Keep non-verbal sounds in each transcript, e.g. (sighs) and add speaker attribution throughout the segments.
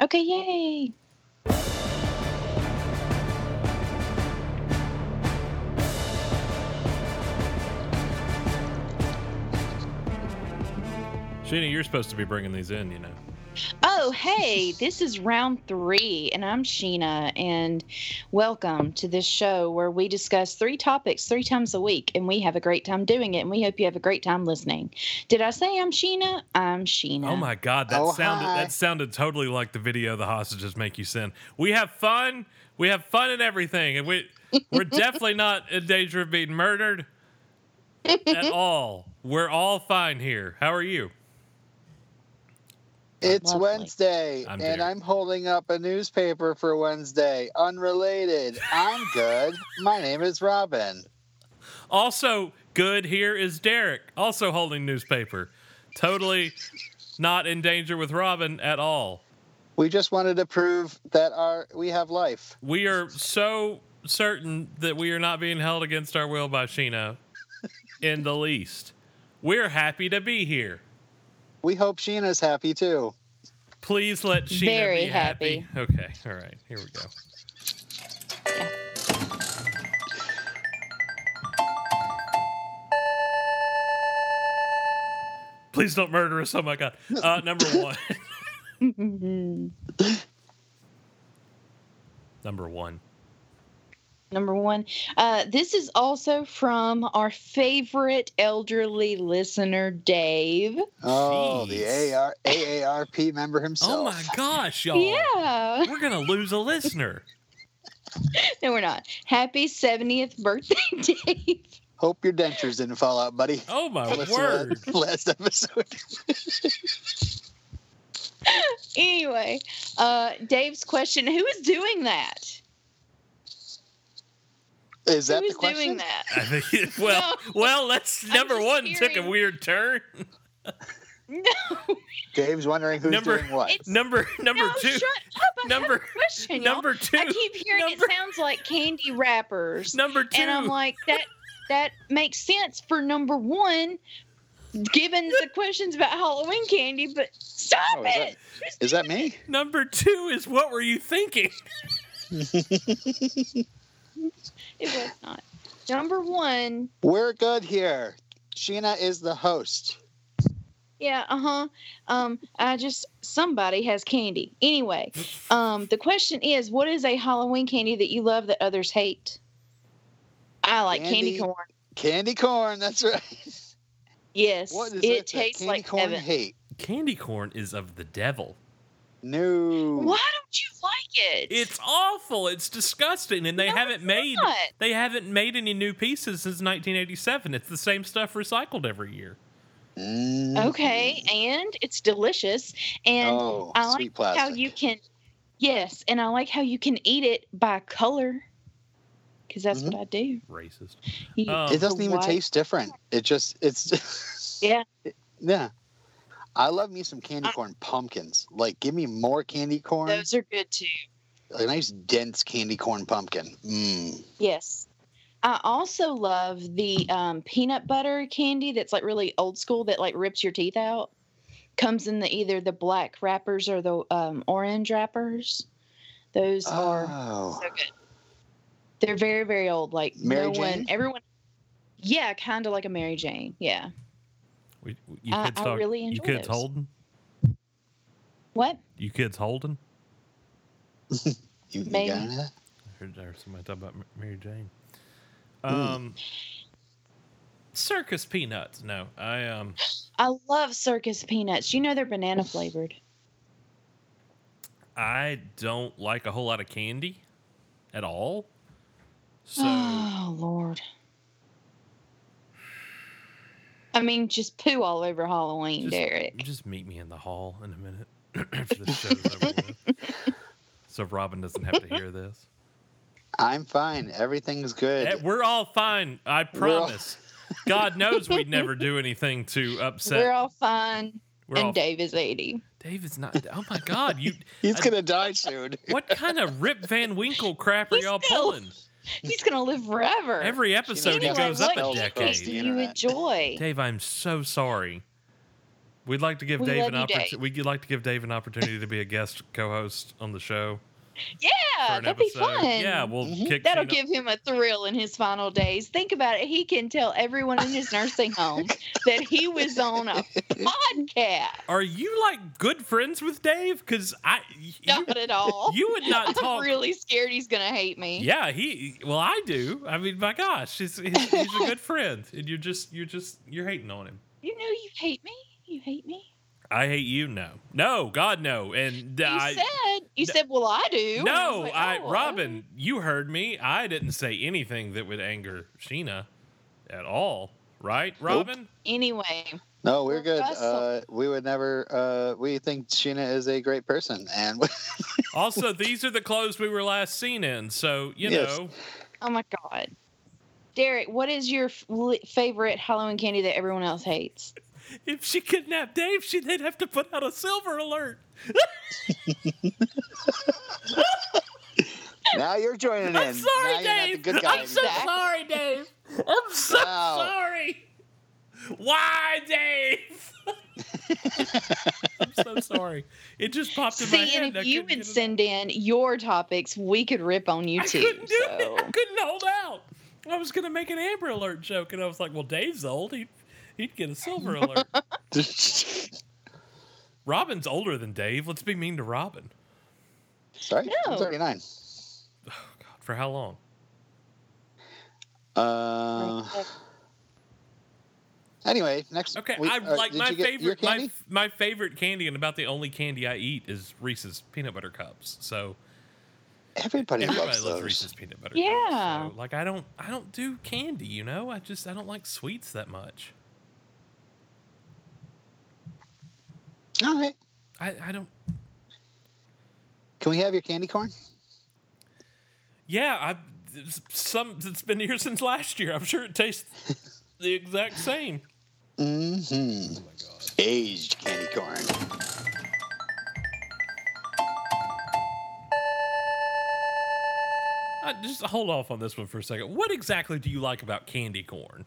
Speaker 1: Okay, yay.
Speaker 2: Sheena, you're supposed to be bringing these in, you know.
Speaker 1: Oh, hey, this is round three, and I'm Sheena, and welcome to this show where we discuss three topics three times a week, and we have a great time doing it, and we hope you have a great time listening. Did I say I'm Sheena? I'm Sheena.
Speaker 2: Oh my God, that
Speaker 3: Oh,
Speaker 2: sounded
Speaker 3: hi.
Speaker 2: that sounded totally like the video the hostages make you send. We have fun, we have fun and everything, and we
Speaker 3: (laughs)
Speaker 2: we're definitely not in danger of being murdered at
Speaker 3: (laughs)
Speaker 2: all. We're all fine here. How are you?
Speaker 3: It's
Speaker 1: Lovely.
Speaker 3: Wednesday,
Speaker 2: I'm
Speaker 3: and
Speaker 2: there.
Speaker 3: I'm holding up a newspaper for Wednesday. Unrelated. I'm good. My name is Robin.
Speaker 2: Also good here is Derek, also holding newspaper. Totally not in danger with Robin at all.
Speaker 3: We just wanted to prove that our we have life.
Speaker 2: We are so certain that we are not being held against our will by Sheena in the least. We're happy to be here.
Speaker 3: We hope Sheena's happy too.
Speaker 2: Please let Sheena
Speaker 1: Very
Speaker 2: be happy. Okay, all right, here we go. Please don't murder us. Oh my God. Uh,
Speaker 1: (laughs)
Speaker 2: number one. number one.
Speaker 1: (laughs) Number one. Uh, this is also from our favorite elderly listener, Dave.
Speaker 3: Oh,
Speaker 2: Jeez.
Speaker 3: the AR, AARP member himself.
Speaker 2: Oh my gosh, y'all.
Speaker 1: Yeah. (laughs)
Speaker 2: We're going to lose a listener.
Speaker 1: No, we're not. Happy 70th birthday, (laughs) Dave.
Speaker 3: Hope your dentures didn't fall out, buddy.
Speaker 2: Oh my
Speaker 3: Listen to
Speaker 2: word.
Speaker 3: (laughs) that Last episode.
Speaker 1: anyway, uh, Dave's question Who is doing that?
Speaker 3: Is that
Speaker 1: Who
Speaker 3: the
Speaker 1: is
Speaker 3: question?
Speaker 1: doing that? (laughs)
Speaker 2: I think, (laughs) well, well, let's
Speaker 1: I'm
Speaker 2: number
Speaker 1: just
Speaker 2: one took a
Speaker 1: hearing- (laughs)
Speaker 2: weird turn.
Speaker 3: Dave's wondering who's
Speaker 2: Number-
Speaker 3: doing what.
Speaker 1: It's-
Speaker 2: Number number
Speaker 1: no,
Speaker 2: two,
Speaker 1: shut up. I
Speaker 2: Number-
Speaker 1: have a question. y'all.
Speaker 2: number two,
Speaker 1: I keep hearing
Speaker 2: number-
Speaker 1: it sounds like candy wrappers.
Speaker 2: (laughs) number two.
Speaker 1: And I'm like, that that makes sense for number one, given the questions about Halloween candy, but stop
Speaker 3: Oh, is that-
Speaker 1: it.
Speaker 3: Is that me?
Speaker 2: number two is what were you thinking?
Speaker 1: It was not. Number one,
Speaker 3: We're good here. Sheena is the host.
Speaker 1: Yeah, uh-huh. Um, I just somebody has candy. Anyway, um, the question is, what is a Halloween candy that you love that others hate? I like candy,
Speaker 3: Candy.
Speaker 1: corn.
Speaker 3: Candy corn, that's right.
Speaker 1: Yes,
Speaker 3: What is
Speaker 1: it
Speaker 3: it that
Speaker 1: tastes
Speaker 3: candy
Speaker 1: like
Speaker 3: corn
Speaker 1: heaven.
Speaker 3: hate?
Speaker 2: (laughs) Candy corn is of the devil.
Speaker 3: No.
Speaker 1: Why don't you like it?
Speaker 2: It's awful. It's disgusting, and they
Speaker 1: No,
Speaker 2: haven't made
Speaker 1: not.
Speaker 2: they haven't made any new pieces since 1987. It's the same stuff recycled every year.
Speaker 3: Mm.
Speaker 1: okay, and it's delicious, and
Speaker 3: oh,
Speaker 1: I like
Speaker 3: sweet
Speaker 1: how
Speaker 3: plastic.
Speaker 1: you can, yes, and I like how you can eat it by color, because that's what I do. (sighs)
Speaker 2: Racist.
Speaker 1: You-
Speaker 2: Um,
Speaker 3: Mm-hmm. it doesn't even
Speaker 1: Why-
Speaker 3: taste different. It just it's (laughs)
Speaker 1: Yeah.
Speaker 3: yeah. I love me some candy
Speaker 1: I-
Speaker 3: corn pumpkins. Like give me more candy corn.
Speaker 1: Those are good too.
Speaker 3: A nice dense candy corn pumpkin. Mm.
Speaker 1: Yes. I also love the um, peanut butter candy that's like really old school that like rips your teeth out. Comes in the either the black wrappers or the um, orange wrappers. Those are
Speaker 3: Oh.
Speaker 1: so good. They're very very old. Like
Speaker 3: Mary
Speaker 1: no one,
Speaker 3: Jane?
Speaker 1: everyone. Yeah, kind of like a Mary Jane. Yeah.
Speaker 2: We, you
Speaker 1: I-
Speaker 2: kids
Speaker 1: Uh, I
Speaker 2: talk-
Speaker 1: really
Speaker 2: You
Speaker 1: enjoy
Speaker 2: kids
Speaker 1: those.
Speaker 2: holding?
Speaker 1: What?
Speaker 2: You kids holding?
Speaker 3: You, you
Speaker 1: Maybe.
Speaker 3: got any of that?
Speaker 2: I heard I heard somebody talk about Ma- Mary Jane.
Speaker 3: Mm.
Speaker 2: Um, circus peanuts. No, I um,
Speaker 1: I love circus peanuts. You know they're banana flavored.
Speaker 2: I don't like a whole lot of candy at all.
Speaker 1: (gasps)
Speaker 2: So
Speaker 1: oh Lord. I mean, just poo all over Halloween,
Speaker 2: just,
Speaker 1: Derek.
Speaker 2: just meet me in the hall in a minute (clears throat) after this show's over. with. So Robin doesn't have to hear this.
Speaker 3: I'm fine. Everything's good.
Speaker 2: Eh, We're all fine. I
Speaker 3: We're all-
Speaker 2: promise. God knows we'd never do anything to upset.
Speaker 1: We're all fine.
Speaker 2: we're
Speaker 1: and
Speaker 2: all-
Speaker 1: Dave is 80.
Speaker 2: David's not. Oh my God! You.
Speaker 3: He's
Speaker 2: I-
Speaker 3: gonna die soon.
Speaker 2: What kind of Rip Van Winkle crap are
Speaker 1: He's
Speaker 2: y'all
Speaker 1: still-
Speaker 2: pulling?
Speaker 1: He's going to live forever.
Speaker 2: Every episode
Speaker 3: Anyway,
Speaker 2: he goes up
Speaker 1: what
Speaker 2: a
Speaker 3: spelled
Speaker 1: games
Speaker 3: across
Speaker 1: do
Speaker 3: the
Speaker 2: decade.
Speaker 1: you
Speaker 3: internet.
Speaker 1: enjoy?
Speaker 2: Dave, I'm so sorry. We'd like to give
Speaker 1: We
Speaker 2: Dave
Speaker 1: love
Speaker 2: an
Speaker 1: you, Dave.
Speaker 2: opportunity. We'd like to give Dave an opportunity to be a guest co-host on the show. for
Speaker 1: Yeah,
Speaker 2: an
Speaker 1: Uh, that'd be
Speaker 2: episode.
Speaker 1: fun. Mm-hmm.
Speaker 2: Yeah, we'll
Speaker 3: Mhm.
Speaker 2: kick
Speaker 1: That'll
Speaker 2: Tina-
Speaker 1: give him a thrill in his final days. Think about it. He can tell everyone in his nursing home that he was on
Speaker 2: (laughs)
Speaker 1: a podcast.
Speaker 2: Are you like good friends with Dave? Because I, you,
Speaker 1: Not at all.
Speaker 2: you
Speaker 1: (laughs)
Speaker 2: would not
Speaker 1: I'm
Speaker 2: talk.
Speaker 1: really scared he's going to hate me.
Speaker 2: Yeah, he. Well, I do. I mean, my gosh, he's, he's, he's a good friend, and you're just, you're just, you're hating on him.
Speaker 1: You know you hate me. You hate me.
Speaker 2: I hate you. No, no, God, no. And
Speaker 1: You
Speaker 2: I,
Speaker 1: said you
Speaker 2: No.
Speaker 1: said, "Well, I do." And I was
Speaker 2: no,
Speaker 1: like,
Speaker 2: I,
Speaker 1: "Oh, okay."
Speaker 2: Robin, you heard me. I didn't say anything that would anger Sheena at all, right, Robin?
Speaker 1: Anyway,
Speaker 3: No, we're
Speaker 1: Well,
Speaker 3: good.
Speaker 1: Russell-
Speaker 3: Uh, we would never. Uh, we think Sheena is a great person, and
Speaker 2: also, these are the clothes we were last seen in, so you
Speaker 3: Yes.
Speaker 2: know.
Speaker 1: oh my god, Derek, what is your f- li- favorite Halloween candy that everyone else hates?
Speaker 2: If she kidnapped Dave, she would have to put out a silver alert.
Speaker 3: now you're joining in.
Speaker 2: I'm sorry,
Speaker 3: now You're not the
Speaker 2: Dave.
Speaker 3: good guy
Speaker 2: I'm so
Speaker 3: anymore.
Speaker 2: sorry, Dave. I'm so
Speaker 3: Wow.
Speaker 2: sorry. Why,
Speaker 3: (laughs)
Speaker 2: Dave? I'm so sorry. It just popped in my
Speaker 1: See,
Speaker 2: head.
Speaker 1: and
Speaker 2: I
Speaker 1: if you
Speaker 2: couldn't
Speaker 1: would
Speaker 2: get it-
Speaker 1: send in your topics, we could rip on you
Speaker 2: I
Speaker 1: too.
Speaker 2: couldn't do
Speaker 1: so.
Speaker 2: it. I couldn't hold out. I was gonna make an Amber Alert joke, and I was like, "Well, Dave's old. He'd, he'd get a (laughs) Silver Alert." Robin's older than Dave. Let's be mean to Robin.
Speaker 3: sorry,
Speaker 1: No.
Speaker 3: I'm 39.
Speaker 2: Oh God, for how long?
Speaker 3: Uh, anyway, next.
Speaker 2: Okay,
Speaker 3: week-
Speaker 2: I
Speaker 3: uh,
Speaker 2: like
Speaker 3: did
Speaker 2: my
Speaker 3: you get your
Speaker 2: favorite my,
Speaker 3: candy?
Speaker 2: my favorite candy and about the only candy I eat is Reese's peanut butter cups. So
Speaker 3: Everybody,
Speaker 2: everybody
Speaker 3: loves,
Speaker 2: loves,
Speaker 3: those.
Speaker 2: Reese's peanut butter cups.
Speaker 1: Yeah.
Speaker 2: So, like I don't I don't do candy, you know? I just I don't like sweets that much.
Speaker 3: All right.
Speaker 2: I, I don't
Speaker 3: Can we have your candy corn?
Speaker 2: Yeah, I it's some it's been here since last year. I'm sure it
Speaker 3: (laughs)
Speaker 2: tastes the exact same.
Speaker 3: Mm-hmm.
Speaker 2: Oh my god.
Speaker 3: Aged candy corn.
Speaker 2: Uh, just hold off on this one for a second. What exactly do you like about candy corn?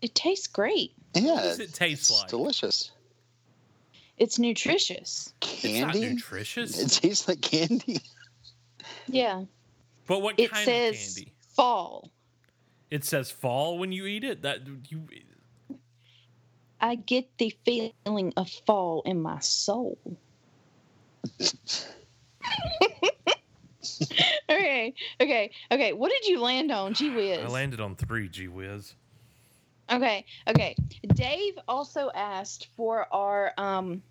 Speaker 1: It tastes great.
Speaker 3: Yeah.
Speaker 2: What does it taste
Speaker 3: Uh, it's
Speaker 2: like?
Speaker 3: delicious.
Speaker 1: It's nutritious.
Speaker 2: It's not
Speaker 3: Candy.
Speaker 2: nutritious.
Speaker 3: It tastes like candy.
Speaker 1: Yeah.
Speaker 2: but what
Speaker 1: It
Speaker 2: kind of
Speaker 1: says
Speaker 2: candy?
Speaker 1: fall.
Speaker 2: It says fall when you eat it. That you
Speaker 1: I get the feeling of fall in my
Speaker 2: (laughs)
Speaker 1: soul. okay, okay, okay. What did you land on? Gee whiz.
Speaker 2: I landed on three, gee whiz.
Speaker 1: okay, okay. Dave also asked for our um,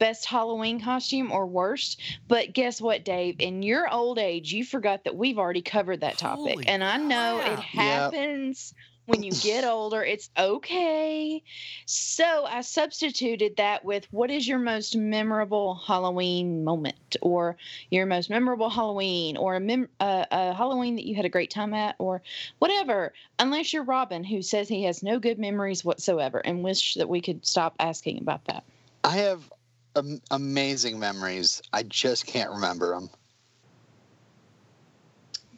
Speaker 1: best Halloween costume or worst, but guess what, Dave? In your old age, you forgot that we've already covered that topic,
Speaker 2: Holy
Speaker 1: and I know it
Speaker 2: crap.
Speaker 3: Yep.
Speaker 1: happens. When you
Speaker 3: (laughs)
Speaker 1: get older, it's okay. So I substituted that with what is your most memorable Halloween moment, or your most memorable Halloween, or a, mem- uh, a Halloween that you had a great time at, or whatever. Unless you're Robin, who says he has no good memories whatsoever, and wish that we could stop asking about that.
Speaker 3: I have am- amazing memories. I just can't remember them.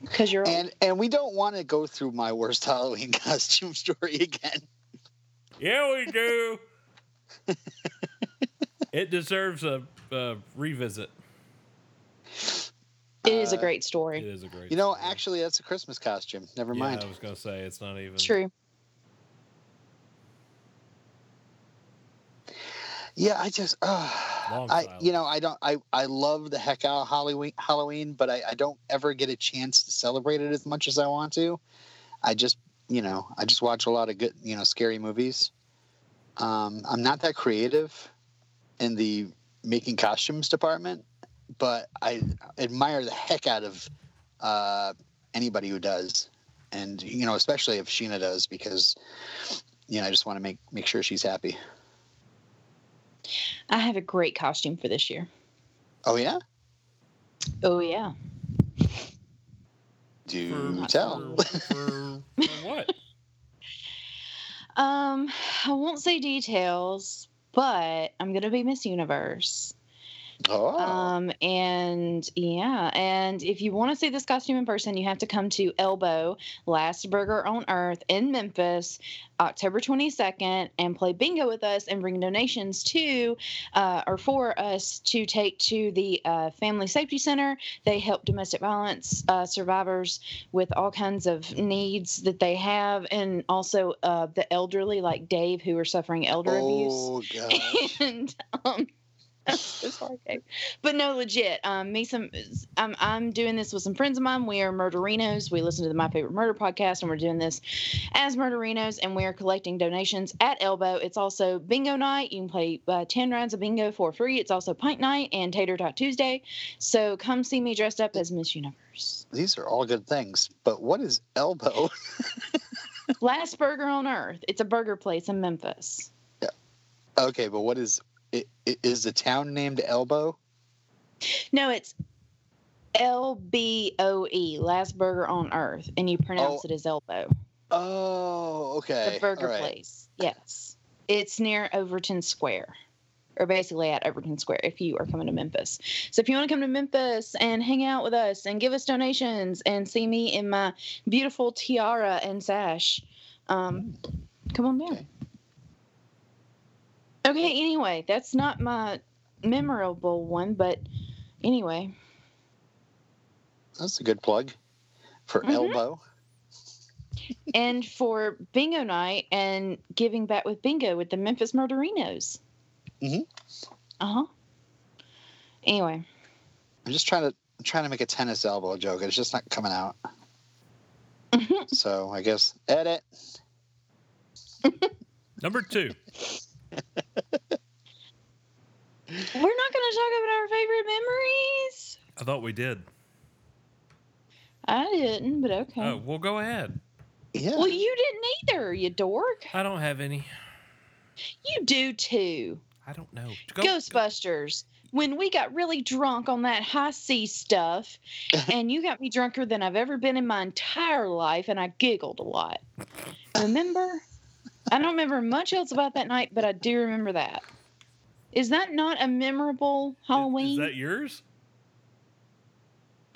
Speaker 1: Because you're old.
Speaker 3: And and we don't want to go through my worst (laughs) Halloween costume story again.
Speaker 2: Yeah, we
Speaker 3: (laughs)
Speaker 2: do. it deserves a, a revisit.
Speaker 1: It is a
Speaker 3: Uh,
Speaker 1: great
Speaker 2: It
Speaker 1: story.
Speaker 2: is a great.
Speaker 3: You know,
Speaker 2: story.
Speaker 3: actually, that's a Christmas costume. Never
Speaker 2: Yeah,
Speaker 3: mind.
Speaker 2: I was gonna say it's not even
Speaker 1: True.
Speaker 3: Yeah, I just, uh,
Speaker 2: Long
Speaker 3: I
Speaker 2: silence.
Speaker 3: you know, I don't, I I love the heck out of Halloween, Halloween, but I, I don't ever get a chance to celebrate it as much as I want to. I just, you know, I just watch a lot of good, you know, scary movies. Um, I'm not that creative in the making costumes department, but I admire the heck out of uh, anybody who does, and you know, especially if Sheena does, because you know, I just want to make make sure she's happy.
Speaker 1: I have a great costume for this year.
Speaker 3: Oh yeah.
Speaker 1: Oh, yeah.
Speaker 3: Do
Speaker 2: For,
Speaker 3: tell.
Speaker 2: For, for,
Speaker 3: (laughs)
Speaker 2: for what?
Speaker 1: (sighs) Um, I won't say details, but I'm gonna be Miss Universe.
Speaker 3: Oh,
Speaker 1: Um, and yeah, and if you want to see this costume in person, you have to come to Elbow Last Burger on Earth in Memphis, October 22nd, and play bingo with us and bring donations to uh, or for us to take to the uh, Family Safety Center. They help domestic violence uh, survivors with all kinds of needs that they have, and also uh, the elderly, like Dave, who are suffering elder abuse
Speaker 3: oh
Speaker 1: (laughs)
Speaker 3: god.
Speaker 1: and um (laughs) I'm so sorry, Dave. but no, legit. Um, me some. I'm I'm doing this with some friends of mine. We are murderinos. We listen to the My Favorite Murder podcast, and we're doing this as murderinos. And we are collecting donations at Elbow. It's also bingo night. You can play uh, ten rounds of bingo for free. It's also pint night and Tater Tot Tuesday. So come see me dressed up as Miss
Speaker 3: (laughs)
Speaker 1: Universe.
Speaker 3: These are all good things, but what is elbow? (laughs)
Speaker 1: Last burger on earth. It's a burger place in Memphis.
Speaker 3: Okay, but what is i- i- is the town named Elbow?
Speaker 1: No, it's L B O E, last burger on earth, and you pronounce
Speaker 3: Oh.
Speaker 1: it as elbow.
Speaker 3: Oh, okay.
Speaker 1: The burger
Speaker 3: all right.
Speaker 1: place. Yes. It's near Overton Square. Or basically at Overton Square if you are coming to Memphis. So if you want to come to Memphis and hang out with us and give us donations and see me in my beautiful tiara and sash, um, come on down.
Speaker 3: Okay.
Speaker 1: Okay. anyway, that's not my memorable one, but anyway.
Speaker 3: That's a good plug for
Speaker 1: Mhm.
Speaker 3: Elbow.
Speaker 1: and for bingo night and giving back with bingo with the Memphis Murderinos.
Speaker 3: Mhm.
Speaker 1: Uh huh. Anyway,
Speaker 3: I'm just trying to I'm trying to make a tennis elbow joke. It's just not coming out.
Speaker 1: Mm-hmm.
Speaker 3: so I guess edit.
Speaker 2: Number two.
Speaker 1: we're not going to talk about our favorite memories.
Speaker 2: I thought we did.
Speaker 1: I didn't, but okay.
Speaker 2: Oh, well, go ahead.
Speaker 3: Yeah.
Speaker 1: Well, you didn't either, you dork.
Speaker 2: I don't have any.
Speaker 1: You do too.
Speaker 2: I don't know. Go,
Speaker 1: Ghostbusters. When we got really drunk on that high C
Speaker 2: (laughs)
Speaker 1: stuff, and you got me drunker than I've ever been in my entire life, and I giggled a lot. Remember? I don't remember much else about that night, but I do remember that. Is that not a memorable
Speaker 2: go. Is- Is,
Speaker 1: Halloween?
Speaker 2: that yours?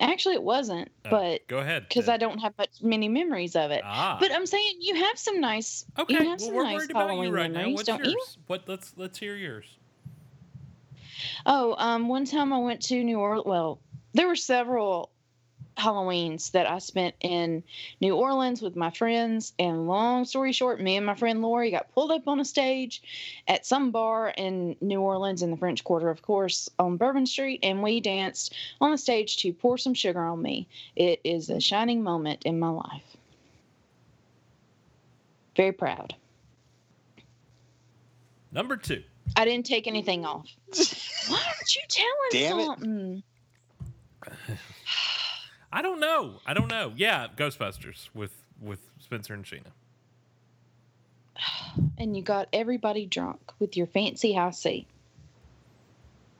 Speaker 1: Actually, it wasn't,
Speaker 2: Oh,
Speaker 1: but
Speaker 2: go ahead.
Speaker 1: because I don't have much many memories of it.
Speaker 2: Ah.
Speaker 1: But I'm saying you have some nice.
Speaker 2: okay.
Speaker 1: you have
Speaker 2: well,
Speaker 1: some
Speaker 2: we're
Speaker 1: nice
Speaker 2: worried about
Speaker 1: Halloween
Speaker 2: you right now.
Speaker 1: memories,
Speaker 2: What's
Speaker 1: don't
Speaker 2: yours?
Speaker 1: you?
Speaker 2: What? Let's let's hear yours.
Speaker 1: Oh, um, one time I went to New Orleans. Well, there were several Halloweens that I spent in New Orleans with my friends. And long story short, me and my friend Lori got pulled up on a stage at some bar in New Orleans in the French Quarter, of course, on Bourbon Street. And we danced on the stage to Pour Some Sugar on Me. It is a shining moment in my life. Very proud.
Speaker 2: Number two.
Speaker 1: I didn't take anything
Speaker 3: (laughs)
Speaker 1: off. Why aren't you telling
Speaker 3: Damn it.
Speaker 1: something?
Speaker 2: I don't know. I don't know. Yeah, Ghostbusters with with Spencer and Sheena.
Speaker 1: and you got everybody drunk with your fancy high C.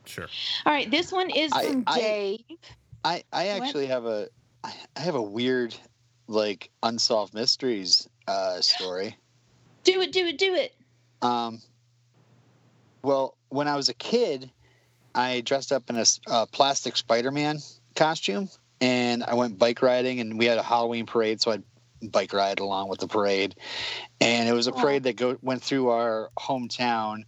Speaker 2: Sure.
Speaker 1: All right, this one is
Speaker 3: I-
Speaker 1: from
Speaker 3: I-
Speaker 1: Dave.
Speaker 3: I I
Speaker 1: What?
Speaker 3: actually have a I I have a weird like unsolved mysteries
Speaker 1: (gasps)
Speaker 3: uh, story.
Speaker 1: Do it, do it, do it.
Speaker 3: Um, well, when I was a kid, I dressed up in a s- uh, plastic Spider-Man costume, and I went bike riding, and we had a Halloween parade, so I'd bike ride along with the parade, and it was a
Speaker 1: Aw.
Speaker 3: parade that go, went through our hometown,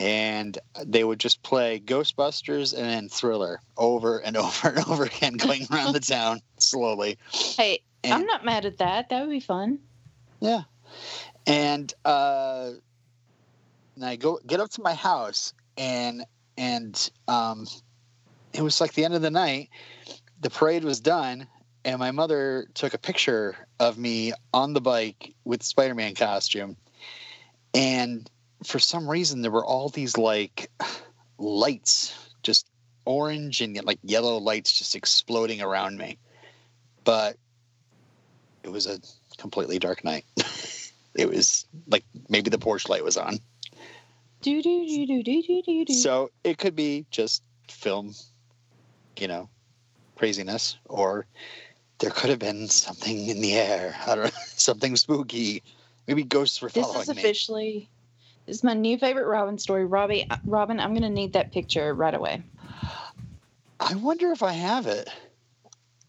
Speaker 3: and they would just play Ghostbusters and then Thriller over and (laughs) over and over again, going around the town slowly.
Speaker 1: Hey, I'm
Speaker 3: And-
Speaker 1: not mad at that. That would be fun.
Speaker 3: Yeah. And uh and I go get up to my house and and um it was like the end of the night. The parade was done and my mother took a picture of me on the bike with the Spider-Man costume. And for some reason there were all these like lights just orange and like yellow lights just exploding around me. But it was a completely dark night. it was like maybe the porch light was on.
Speaker 1: Do do do do do do do do.
Speaker 3: So it could be just film, you know, craziness, or there could have been something in the air. (laughs) I don't know, something spooky. Maybe ghosts were
Speaker 1: this is
Speaker 3: following me. Uh,
Speaker 1: officially this is my new favorite Robin story. Robbie, Robin, I'm gonna need that picture right away.
Speaker 3: I wonder if I have it.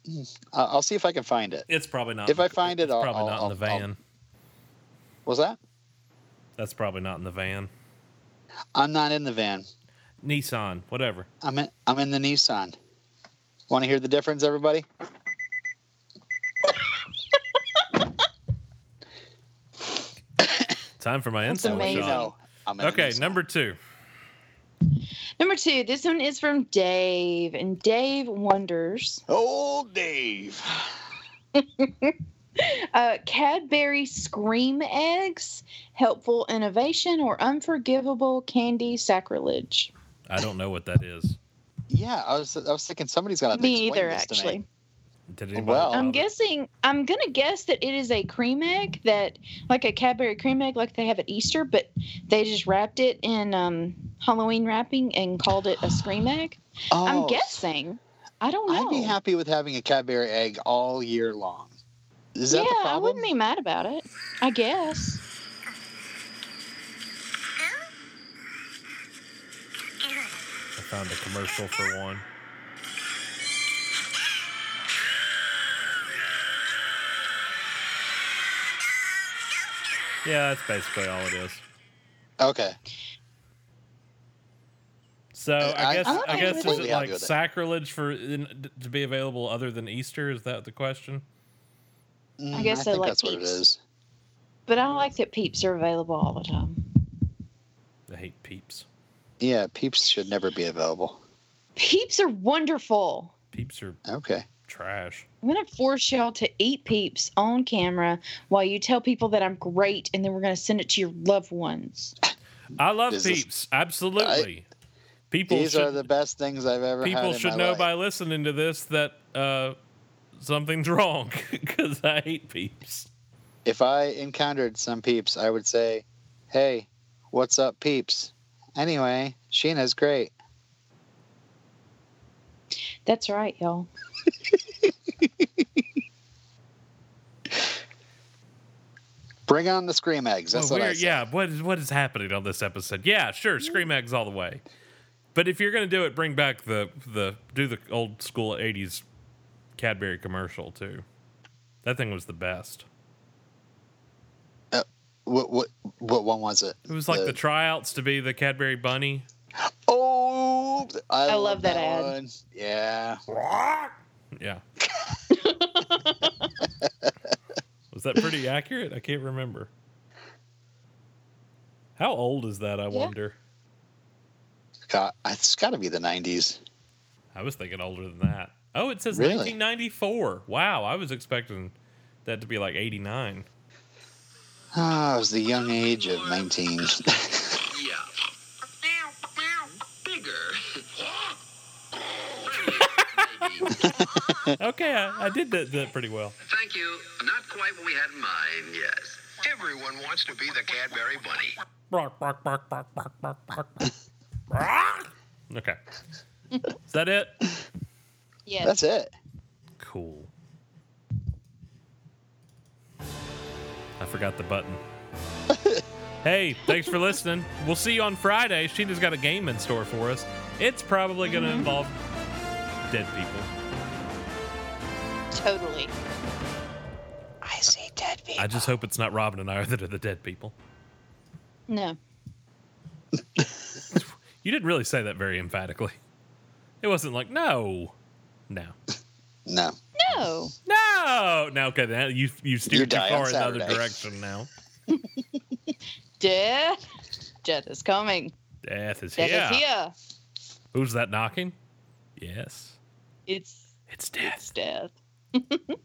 Speaker 3: Mm, I- I'll see if I can find it.
Speaker 2: It's probably not.
Speaker 3: If I find it,
Speaker 2: it's
Speaker 3: I'll-
Speaker 2: probably
Speaker 3: I'll-
Speaker 2: not in the
Speaker 3: I'll- I'll-
Speaker 2: van.
Speaker 3: Was that?
Speaker 2: That's probably not in the van.
Speaker 3: I'm not in the van.
Speaker 2: Nissan, whatever.
Speaker 3: I'm in. I'm in the Nissan. Want to hear the difference, everybody?
Speaker 2: Time for my
Speaker 1: That's
Speaker 2: insult
Speaker 1: amazing.
Speaker 2: shot.
Speaker 3: No, I'm in the
Speaker 2: Okay,
Speaker 3: Nissan.
Speaker 2: number two.
Speaker 1: Number two, this one is from Dave, and Dave wonders
Speaker 3: Old Dave.
Speaker 1: uh, Cadbury Scream Eggs, helpful innovation or unforgivable candy sacrilege?
Speaker 2: I don't know what that is.
Speaker 3: Yeah, I was. I was thinking somebody's got to
Speaker 1: Me
Speaker 3: explain
Speaker 1: either,
Speaker 3: this to me.
Speaker 1: actually.
Speaker 2: Did anybody
Speaker 3: Well-
Speaker 1: I'm
Speaker 2: bother?
Speaker 1: guessing. I'm gonna guess that it is a cream egg that, like a Cadbury cream egg, like they have at Easter, but they just wrapped it in um, Halloween wrapping and called it a
Speaker 3: (gasps)
Speaker 1: scream egg.
Speaker 3: Oh,
Speaker 1: I'm guessing. I don't know.
Speaker 3: I'd be happy with having a Cadbury egg all year long. Is that
Speaker 1: yeah,
Speaker 3: the
Speaker 1: I
Speaker 3: problem?
Speaker 1: wouldn't be mad about it. I guess.
Speaker 2: I found a commercial for one. Yeah, that's basically all it is.
Speaker 3: Okay.
Speaker 2: So
Speaker 3: I-
Speaker 2: I,
Speaker 3: I-
Speaker 2: guess
Speaker 1: I'm
Speaker 2: I, guess is
Speaker 3: completely
Speaker 2: it
Speaker 3: happy
Speaker 2: like
Speaker 3: with it.
Speaker 2: sacrilege for in, to be available other than Easter? Is that the question?
Speaker 3: Mm,
Speaker 1: guess they
Speaker 3: think
Speaker 1: like
Speaker 3: that's what it
Speaker 1: peeps.
Speaker 3: is.
Speaker 1: But I like that peeps are available all the time.
Speaker 2: I hate peeps.
Speaker 3: Yeah, peeps should never be available.
Speaker 1: Peeps are wonderful.
Speaker 2: Peeps are
Speaker 3: Okay.
Speaker 2: trash.
Speaker 1: I'm gonna force y'all to eat peeps on camera while you tell people that I'm great, and then we're gonna send it to your loved ones.
Speaker 2: I love
Speaker 3: This is-
Speaker 2: peeps. Absolutely. people
Speaker 3: These are
Speaker 2: should,
Speaker 3: the best things I've ever had.
Speaker 2: people
Speaker 3: in
Speaker 2: should
Speaker 3: my
Speaker 2: know
Speaker 3: life.
Speaker 2: by listening to this that uh, something's wrong (laughs) because I hate peeps.
Speaker 3: If I encountered some peeps, I would say, "Hey, what's up, peeps?" Anyway, Sheena's great.
Speaker 1: That's right, y'all.
Speaker 3: Bring on the scream eggs. That's
Speaker 2: Well,
Speaker 3: what I
Speaker 2: we're-
Speaker 3: say.
Speaker 2: yeah. What is what is happening on this episode? Yeah, sure. Scream eggs all the way. But if you're gonna do it, bring back the the do the old school '80s Cadbury commercial too. That thing was the best.
Speaker 3: What what what one was it?
Speaker 2: It was like the,
Speaker 3: The-
Speaker 2: tryouts to be the Cadbury bunny.
Speaker 3: Oh, I,
Speaker 1: love that ad.
Speaker 3: one. Yeah.
Speaker 2: Yeah. was that pretty accurate? I can't remember. How old is that? I wonder.
Speaker 3: God, it's got to be the '90s.
Speaker 2: I was thinking older than that. Oh, it says
Speaker 3: Really?
Speaker 2: 1994. Wow, I was expecting that to be like 89.
Speaker 3: Ah, it was the young age of 19.
Speaker 4: Yeah. Bigger. (laughs)
Speaker 2: Okay, I, I did that, that pretty well.
Speaker 4: Thank you. Not quite what we had in mind, yes. Everyone wants to be the Cadbury Bunny.
Speaker 2: Bark, bark, bark, bark, bark, bark, bark, bark. Bark. Okay. Is that it?
Speaker 1: Yes.
Speaker 3: (laughs) That's it.
Speaker 2: Cool. I forgot the button. hey, thanks for listening. We'll see you on Friday. Sheena's got a game in store for us. It's probably going to involve dead people.
Speaker 1: Totally.
Speaker 5: I see dead people.
Speaker 2: I just hope it's not Robin and I that are the dead people.
Speaker 1: No.
Speaker 2: You didn't really say that very emphatically. It wasn't like, no, no,
Speaker 3: No.
Speaker 1: No.
Speaker 2: no. Now, okay, now you you
Speaker 3: You
Speaker 2: steered too
Speaker 3: die on
Speaker 2: far in the other
Speaker 3: Saturday.
Speaker 2: direction now.
Speaker 1: Death. Death is coming.
Speaker 2: Death is
Speaker 1: Death
Speaker 2: here.
Speaker 1: is here.
Speaker 2: Who's that knocking? Yes,
Speaker 1: It's
Speaker 2: it's death.
Speaker 1: it's death.